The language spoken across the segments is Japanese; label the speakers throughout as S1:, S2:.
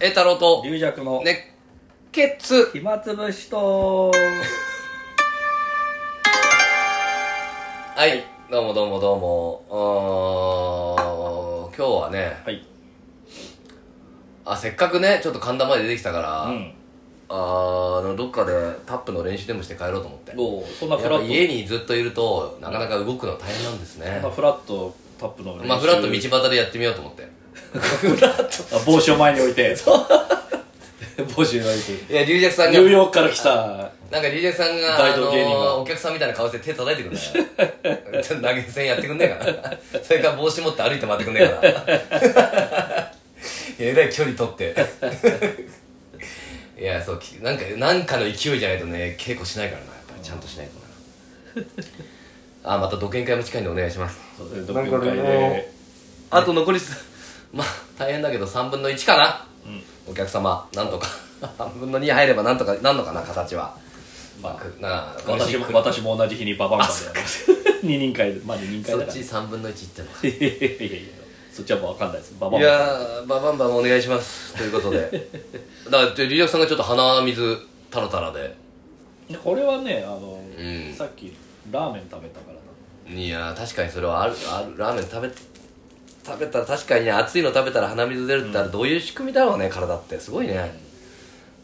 S1: 栄太郎と
S2: 龍尺の
S1: 熱血
S2: 暇つぶしと
S1: はいどうもどうもどうもうーん今日はね
S2: はい
S1: あせっかくねちょっと神田まで出てきたから、
S2: うん
S1: あのどっかでタップの練習でもして帰ろうと思って
S2: どうそん
S1: や
S2: な
S1: っ
S2: フラ
S1: ぱ
S2: ット
S1: 家にずっといるとなかなか動くの大変なんです
S2: そ
S1: ね
S2: んなフラットタップの練習
S1: まあフラッと道端でやってみようと思って
S2: あ帽子を前に置い て帽子を前に置いて
S1: いや龍尺さん
S2: ニ
S1: が
S2: ューヨークから来た
S1: なんか龍尺さんが
S2: 大道芸
S1: あ
S2: 人が
S1: のーお客さんみたいな顔して手叩いてくんね 投げ銭やってくんねえかな それから帽子持って歩いて待ってくんねえかな いやえらい距離取って いやそうきなんかなんかの勢いじゃないとね稽古しないからなやっぱりちゃんとしないとなあまた独演会も近いんでお願いします
S2: 独演会で
S3: ね
S1: あと残りすまあ大変だけど3分の1かな、お客様なんとか3分の2入ればなんとかなんのかな形は
S2: まあ
S1: くなあ
S2: 私も
S1: く
S2: 私も同じ日にババンバンで二人会でまあ二人会
S1: そ
S2: だ
S1: っ
S2: から
S1: ち3分の1いってんのか
S2: いやいやいやそっちはもう分かんないですババン
S1: い
S2: バン
S1: やーババンバンお願いしますということ でだからリリアクさんがちょっと鼻水タラタラで
S2: これはねあの、
S1: ん
S2: さっきラーメン食べたからない
S1: やー確かにそれはあるあるラーメン食べ食べたら確かにね熱いの食べたら鼻水出るってあれどういう仕組みだろうね体ってすごいね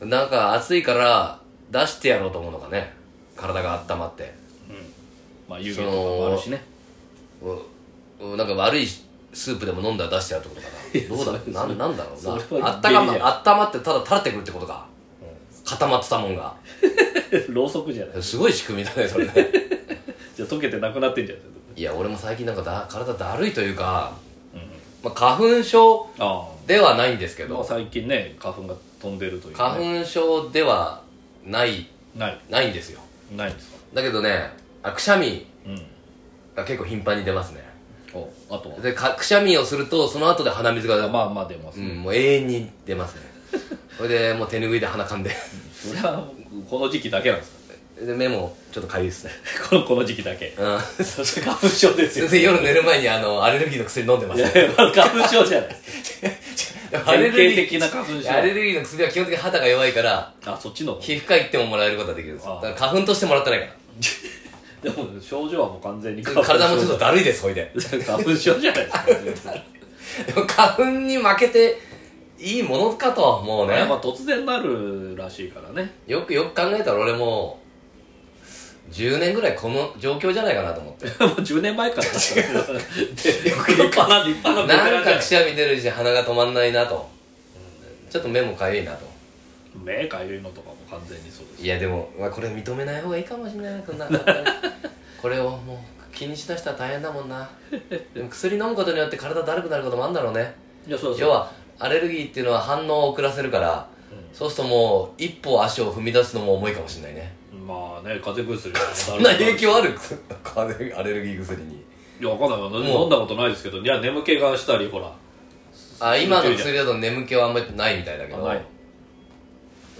S1: なんか暑いから出してやろうと思うのかね体が温まって
S2: まあ湯気とかもあるしね
S1: ううんなんか悪いスープでも飲んだら出してやるってことかなどうだなんなんだろ
S2: そうれ
S1: な
S2: は
S1: あったか
S2: 下痢
S1: ま
S2: だよ
S1: あったまってただ垂れてくるってことか固まってたもんが
S2: ろうそくじゃない
S1: すごい仕組みだねそれ ね
S2: じゃあ溶けてなくなってんじゃん
S1: いや俺も最近なんかだ体だるいというか、
S2: うん
S1: まあ、花粉症
S2: あ
S1: ではないんですけ
S2: あ、まあ、
S1: ど
S2: 最近ね花粉が飛んでるという、ね、
S1: 花粉症ではない
S2: ない
S1: ないんですよ
S2: ないんですか
S1: だけどねあくしゃみ
S2: うん
S1: が結構頻繁に出ますね
S2: おあとは
S1: でかくしゃみをするとその後で鼻水が、
S2: まあまあ出ます、
S1: う
S2: ね
S1: ん、もう永遠に出ます ねそれでもう手拭いで鼻かんで
S2: それはこの時期だけなんですか
S1: で目もちょっとかゆいっすね
S2: このこの時期だけ
S1: うん
S2: そして花粉症ですよ
S1: 先生夜寝る前にあのアレルギーの薬飲んでま
S2: い
S1: す
S2: やまあ花粉症じゃないです
S1: アレル
S2: 典型
S1: ギー
S2: 的な花粉症
S1: アレルギーの薬は基本的に肌が弱いから
S2: あそっちの
S1: 皮膚科行ってももらえることはできるんです
S2: あ
S1: だ
S2: あ
S1: から花粉としてもらってない から
S2: でも症状はもう完全に花粉症
S1: 体もちょっとだるいですほいで
S2: 花粉症じゃないです か
S1: でも花粉に負けていいものかとはもうね
S2: まあ突然なるらしいからね
S1: よくよく考えたら俺もう10年ぐらいこの状況じゃないかなと思 って
S2: もう10 年前からだからで立派な立派なベテ
S1: な
S2: ラ
S1: ん
S2: ンじゃ
S1: か
S2: な
S1: く
S2: い
S1: しゃみ出るし鼻が止まんないなとちょっと目もかゆいなと
S2: 目かゆいのとかも完全にそうです
S1: いやでも、まあ、これ認めない方がいいかもしれないこんなこれをもう気にしだしたら大変だもんなでも薬飲むことによって体だるくなることもあるんだろうね
S2: いやそうそう
S1: 要はアレルギーっていうのは反応を遅らせるから、そうするともう一歩足を踏み出すのも重いかもしれないね
S2: まあね風邪 薬
S1: そ
S2: そ
S1: んな影響ある風邪アレルギー薬に
S2: いやわかんないわ
S1: もう
S2: 飲んだことないですけどいや眠気がしたりほら
S1: あ今の薬だと眠気はあんまりないみたいだけど
S2: ない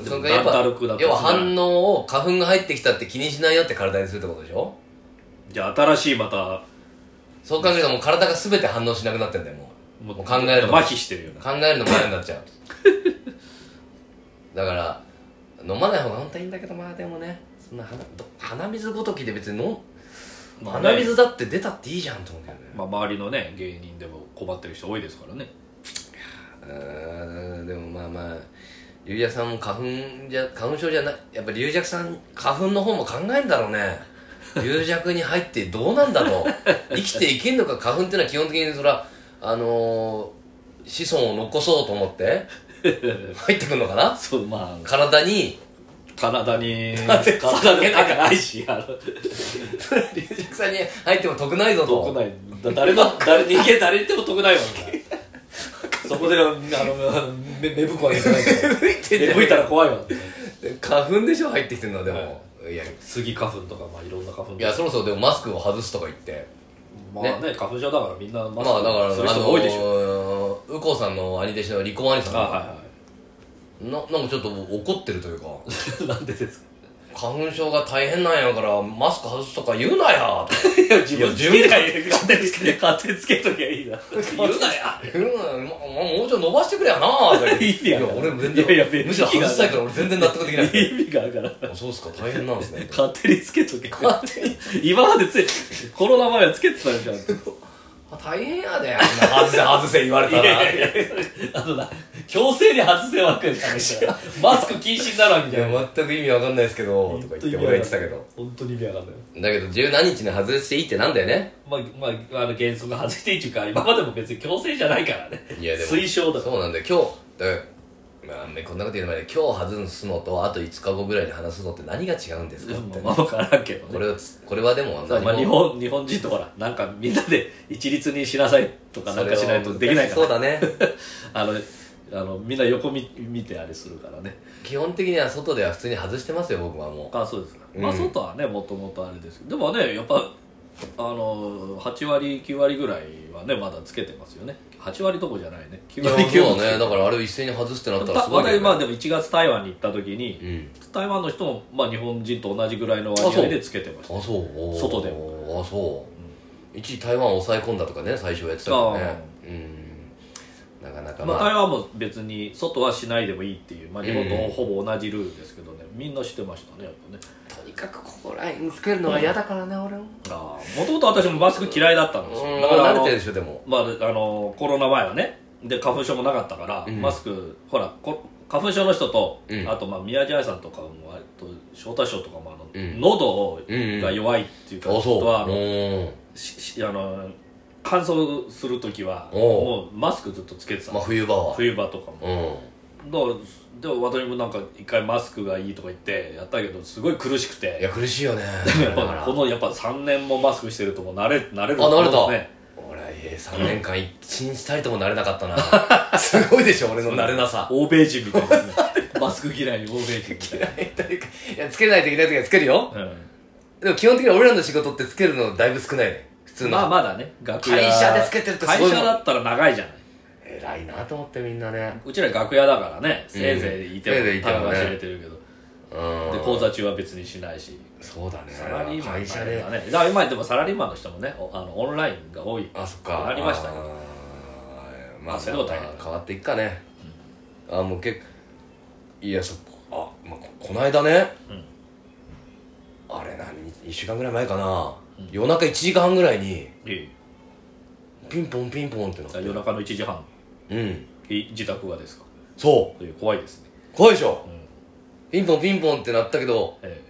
S1: そのやっぱ
S2: だだるくなって
S1: 要は反応を花粉が入ってきたって気にしないよって体にするってことでしょ
S2: じゃあ新しいまた
S1: そう考えるともう体が全て反応しなくなってんだよもうもう考えるの
S2: 麻痺してるよね
S1: 考えるのも嫌になっちゃうだから飲まない方が本当はいいんだけどまあでもねそんな鼻ど鼻水ごときで別に飲ん
S2: まあね
S1: 鼻水だって出たっていいじゃんと思うんだよね、
S2: まあ周りのね芸人でも困ってる人多いですからね
S1: う ーんでもまあまあ龍尺さんも花粉じゃ花粉症じゃないやっぱ龍尺さん花粉の方も考えんだろうね龍尺に入ってどうなんだと生きていけんのか花粉ってのは基本的にそらあのー子孫を残そうと思って入ってくんのかな
S2: そうまあ
S1: 体に
S2: 体に体 でなんかないしあの
S1: 龍尺さんに入っても得ないぞと
S2: 得ないだ 誰の誰人間誰にでも得ないもんね そこであの め芽吹くわけじゃない から
S1: 吹いてん
S2: 芽
S1: じゃ
S2: 吹いたら怖いわ
S1: ん花粉でしょ入ってきてんのはでも、い、やい
S2: 杉花粉とかまあいろんな花粉
S1: やそろそろでもマスクを外すとか言って
S2: まあね花粉症だからみんな
S1: ま
S2: マ
S1: あ
S2: スク
S1: だから
S2: する人が多いでしょ、
S1: ょ右近さんの兄弟子の離婚兄さん
S2: あはいは
S1: ななんかちょっと怒ってるというか
S2: い なんでですか
S1: 花粉症が大変なんやからマスク外すとか言うなやとか
S2: いや自
S1: いや
S2: 分つけりゃいい勝手につけ勝手につけときゃいいな言うなや
S1: 言うなや、ままもうちょい伸ばしてくれやなとか言って
S2: いや
S1: 俺全然
S2: いやいや別に
S1: むしろ外したいから俺全然納得できない
S2: 意味があるから
S1: あそうっすか大変なんですね
S2: 勝手につけとけ今までついコロナ前はつけてたでしょ
S1: あ大変やであんな外せ外せ言われたらい
S2: あとな強制に外せわけじゃないからマスク禁止になるわけじゃん
S1: や全く意味わかんないですけどとか言って俺は言ってたけど
S2: 本当に意味わかんない
S1: だけど十何日に外していいってなんだよね
S2: まあ、まあ、あの原則外していいっていうか今までも別に強制じゃないからね
S1: いやでも
S2: 推奨だ
S1: そうなんだよ今日だからまあこんなこと言うの前で今日外すのとあと5日後ぐらいに話すのって何が違うんですかって
S2: まあ分からんけどね
S1: これをつこれはでも
S2: まあまあ、日本日本人とほらなんかみんなで一律にしなさいとかなんかしないとできないか
S1: それ
S2: ら
S1: は難しそうだね
S2: あのあのみんな横見見てあれするからね
S1: 基本的には外では普通に外してますよ僕は も
S2: あそうですか、
S1: うん
S2: まあ外はねもともとあれですけどでもねやっぱあの8割9割ぐらいはねまだつけてますよね8割どころじゃないね
S1: う
S2: 9
S1: いや
S2: 割9
S1: そう
S2: 割
S1: だねだからあれを一斉に外すってなったら
S2: た
S1: すごいけ
S2: 私
S1: ど
S2: まあ
S1: ね
S2: でも1月台湾に行った時に、
S1: うん
S2: 台湾の人も、まあ、日本人と同じぐらいの
S1: あそ
S2: 割合
S1: う
S2: でつけてました
S1: あそうおー
S2: 外で
S1: あそう、一時台湾を抑え込んだとかね最初はやってたもんねうんなかなかま
S2: まあ、
S1: あ、
S2: 台湾も別に外はしないでもいいっていう、まあ、日本とほぼ同じルールですけどね、みんなしてましたねやっぱね
S1: とにかくここら辺につけるのが嫌だからね、俺も
S2: ああもともと私もマスク嫌いだったんですよだからあ
S1: 慣れ
S2: の
S1: てるでしょでも
S2: まあ、あのコロナ前はねで花粉症もなかったから、
S1: うん
S2: マスクほらこ花粉症の人と、
S1: うん
S2: あとまあ宮地愛さんとかもあと翔太賞とかもあの、
S1: うん
S2: 喉
S1: うんうん
S2: が弱いっていうか、
S1: あそう
S2: 人はあ
S1: う
S2: の
S1: ん
S2: ししあの乾燥する時は
S1: お
S2: もうマスクずっとつけてた、
S1: まあ冬場は
S2: 冬場とかも
S1: うん
S2: だからでも私もなんか一回マスクがいいとか言ってやったけどすごい苦しく
S1: いや
S2: て
S1: 苦しいよね
S2: やっぱ このやっぱ3年もマスクしてるともう慣れ慣れる
S1: あ慣れた
S2: と思うんですね
S1: 俺え3年間一日たりとも慣れなかったな すごいでしょ俺の慣れなさ
S2: 欧米人みたいですねマスク嫌いに欧米人みたいな、
S1: いやつけないといけない時はつけるよでも基本的に俺らの仕事ってつけるのだいぶ少ないね普通
S2: うん
S1: の、
S2: まあまだね楽屋
S1: 会社でつけてるとすごいもん
S2: 会社だったら長いじゃない
S1: 偉いなと思ってみんなね
S2: うちら楽屋だからねせいぜいいても
S1: せいぜいいてもね
S2: たがが知れてるけど、
S1: うん
S2: で講座中は別にしないし
S1: そうだね
S2: サラリーマン
S1: 会社で
S2: だねだから今でもサラリーマンの人もねおあのオンラインが多い
S1: あそっか
S2: ありましたね
S1: あーまあ
S2: あ
S1: そ
S2: そ
S1: れ
S2: れ
S1: で
S2: で
S1: も大
S2: も大
S1: 変
S2: 変
S1: 変わっていくかね、あもう結構いやそっかあ、まあ、ここの間ね、あれ何1週間ぐらい前かな、夜中1時間半ぐらいに
S2: え
S1: ピンポンピンポンってなっ
S2: え
S1: て
S2: 夜中の1時半
S1: うん
S2: い自宅がですか
S1: そ
S2: という怖いですね、
S1: う怖いでしょ
S2: うん
S1: ピンポンピンポンってなったけど
S2: え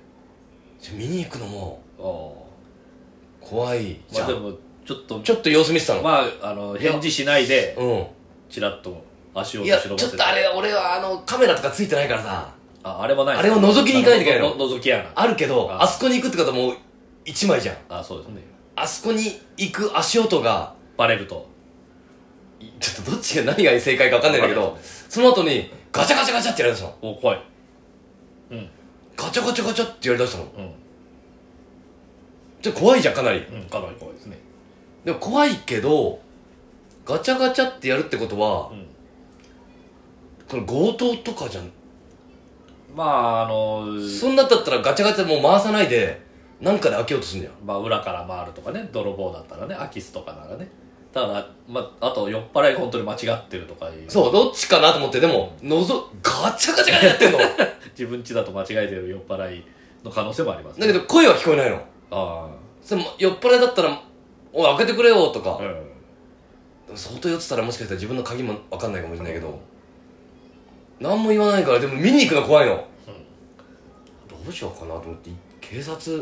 S1: 見に行くのも
S2: え、あ
S1: 怖い
S2: あ
S1: じ
S2: ま
S1: ゃ
S2: あ
S1: ん、
S2: でもちょっと
S1: ちょっと様子見てたの、
S2: まああの返事しないで
S1: うん
S2: チラッと足を
S1: いや、
S2: 差し
S1: ち
S2: 伸
S1: ょっ
S2: ばせて
S1: とあれ、俺はあの、カメラとかついてないからさ、
S2: ああれもない
S1: あれを覗きに行かないといけないの
S2: の覗き穴
S1: あるけど、
S2: あ
S1: あそこに行くってことはもう、一枚じゃん。
S2: あそうですね
S1: あそこに行く足音が、
S2: バレると
S1: いちょっとどっちが何が正解か分かんないんだけ
S2: わか
S1: ど
S2: んな、
S1: その後に、ガチャガチャガチャってやりだしたの。
S2: お怖いうん
S1: ガチャガチャガチャってやりだしたの。
S2: うん
S1: ちょっと怖いじゃん、かなり。
S2: うんかなり怖いですね
S1: でも怖いけど、ガチャガチャってやるってことは
S2: う、ん
S1: これ強盗とかじゃん。
S2: まああの
S1: そんなだったらガチャガチャもう回さないで、なんかで開けようとするんだよ。
S2: まあ裏から回るとかね泥棒だったらね空き巣とかならねただまあ、あと酔っ払いが本当に間違ってるとかいう
S1: そう、どっちかなと思って、でも、のぞ、ガチャガチャガチャやってんの。 だ
S2: 自分家だと間違えてる酔っ払いの可能性もあります、
S1: けど声は聞こえないの。
S2: あ
S1: それも酔っ払いだったら「おい開けてくれよ」とか
S2: あ、うん
S1: 相当酔ってたらもしかしたら自分の鍵も分かんないかもしれないけど、何も言わないからでも見に行くの怖いの、どうしようかなと思って警察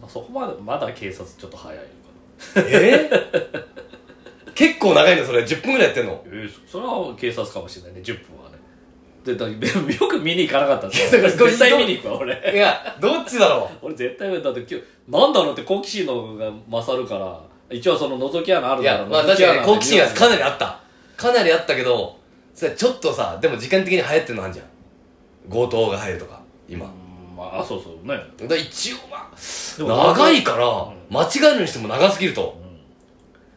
S2: まあ、そこまでまだ警察ちょっと早いのか
S1: え ー、結構長いのそれ10分ぐらいやってんの
S2: なええそそれは警察かもしれないね10分はねでだ でもよく見に行かなかったんです
S1: いや
S2: よ
S1: だから
S2: 絶対見に行くわ俺
S1: い やどっちだろ
S2: 俺絶対だって今日なんだろうって好奇心の方が勝るから一応その覗き穴あ
S1: う
S2: る
S1: い
S2: から
S1: やまあ
S2: 覗
S1: 確
S2: き穴
S1: かに好奇心はかなり
S2: あ
S1: あったかなりあったけどそれちょっとさでも時間的に流行ってるのあんじゃん強盗が入るとか今、
S2: まああそうそうね
S1: だから一応まあ
S2: でも
S1: 長いから間違えるにしても長すぎると、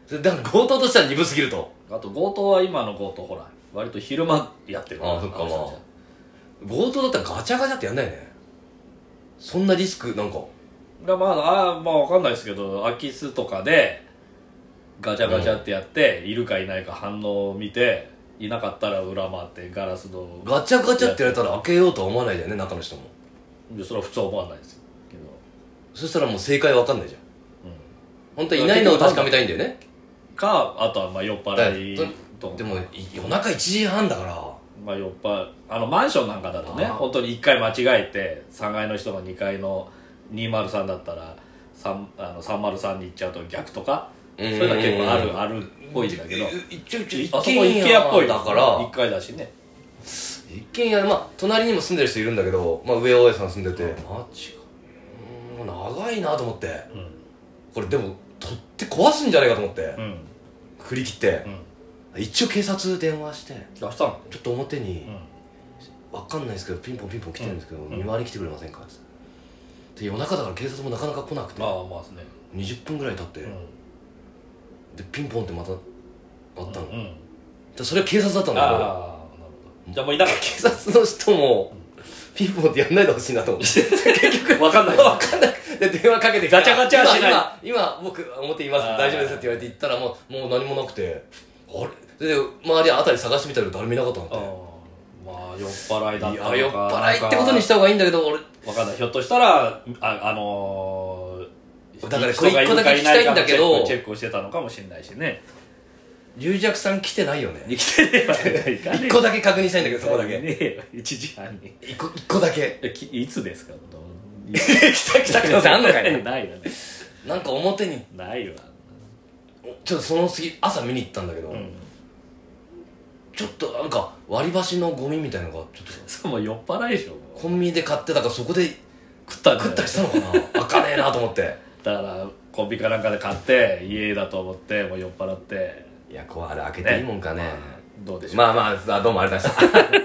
S1: それだから強盗としては鈍すぎると
S2: あと強盗は今の強盗ほら割と昼間やってる
S1: あそっかまあ
S2: の人たちは
S1: 強盗だったらガチャガチャってやんないねそんなリスクなんか
S2: だまあ、あーまあわかんないですけど空き巣とかでガチャガチャってやって、いるかいないか反応を見ていなかったら裏回ってガラス戸を
S1: ガチャガチャって言われたら開けようとは思わないじゃんね中の人も
S2: でそれは普通は思わないですけど
S1: そしたらもう正解わかんないじゃん
S2: うん
S1: 本当はいないのを確かめたいんだよね
S2: かあとはまあ酔っ払い
S1: だから
S2: とか
S1: でもい夜中1時半だから
S2: まあ、酔っ払いあのマンションなんかだとね
S1: あー
S2: 本当に1回間違えて3階の人が2階の203だったら3あの303に行っちゃうと逆とかそういうのは結構あるあるっぽいんだけど
S1: いちょいちょい
S2: あそこ一軒家っぽい
S1: だか
S2: 1
S1: ら
S2: 階だしね
S1: 一軒家まあ隣にも住んでる人いるんだけど、まあ、上大家さん住んでてマジかうーん長いなと思って
S2: うん
S1: これでも取って壊すんじゃないかと思って
S2: うん
S1: 振り切って
S2: うん
S1: 一応警察電話して
S2: 出したの
S1: ちょっと表
S2: う
S1: に
S2: ん
S1: わかんないですけどピンポンピンポン来てるんですけど
S2: ん
S1: 見回り来てくれませんかってで夜中だから警察もなかなか来なくて
S2: まあまあですね
S1: 20分ぐらい経って
S2: う
S1: で
S2: ん
S1: ピンポンってまたあったの
S2: うん
S1: でそれは警察だったん
S2: ああなる
S1: だ
S2: ほどじゃあもういなかっ
S1: けど警察の人もピンポンってやんないでほしいなと思って
S2: たわかんない
S1: わかんなくで電話かけてきたら
S2: ガチャガチャはしな
S1: 今
S2: い
S1: 今今僕表います
S2: あー
S1: 大丈夫ですって言われて行ったらもうもう何もなくてあれで周り辺り探してみたら誰もいなかった
S2: あ
S1: の
S2: ーまあ酔っ払いだっ
S1: でい
S2: たの
S1: や
S2: か
S1: 酔っ払いってことにした方がいいんだけど俺
S2: わかんないひょっとしたらああのー、
S1: だから
S2: 人がいるかいないかの
S1: これ一個だけ聞きたいんだ
S2: チェック
S1: けど
S2: チェックをしてたのかもしれないしね
S1: 龍尺さん来てないよね
S2: 生きてればいかね
S1: 一個だけ確認したいんだけどそこだけ
S2: ねえよ一時半に
S1: 一個一個だけ
S2: えきいつですかどう
S1: 来た来た可能性あんのかいな
S2: ないよね
S1: なんか表に
S2: ないよ
S1: ちょっとその次朝見に行ったんだけど、
S2: あんなうん
S1: ちょっとなんか割り箸のゴミみたいのがちょっ
S2: そうもう酔っ払いでしょも
S1: と
S2: う
S1: コンビニで買ってたからそこで
S2: 食ったんだよ
S1: 食ったりしたのか な開かねえなと思って
S2: だからコンビニかなんかで買って家だと思ってもう酔っ払って
S1: いやこうあれ開け
S2: て
S1: て
S2: い
S1: い
S2: い
S1: い
S2: も
S1: もんかね
S2: どうでしょう、
S1: まあまあ、あどうもありがとうございました。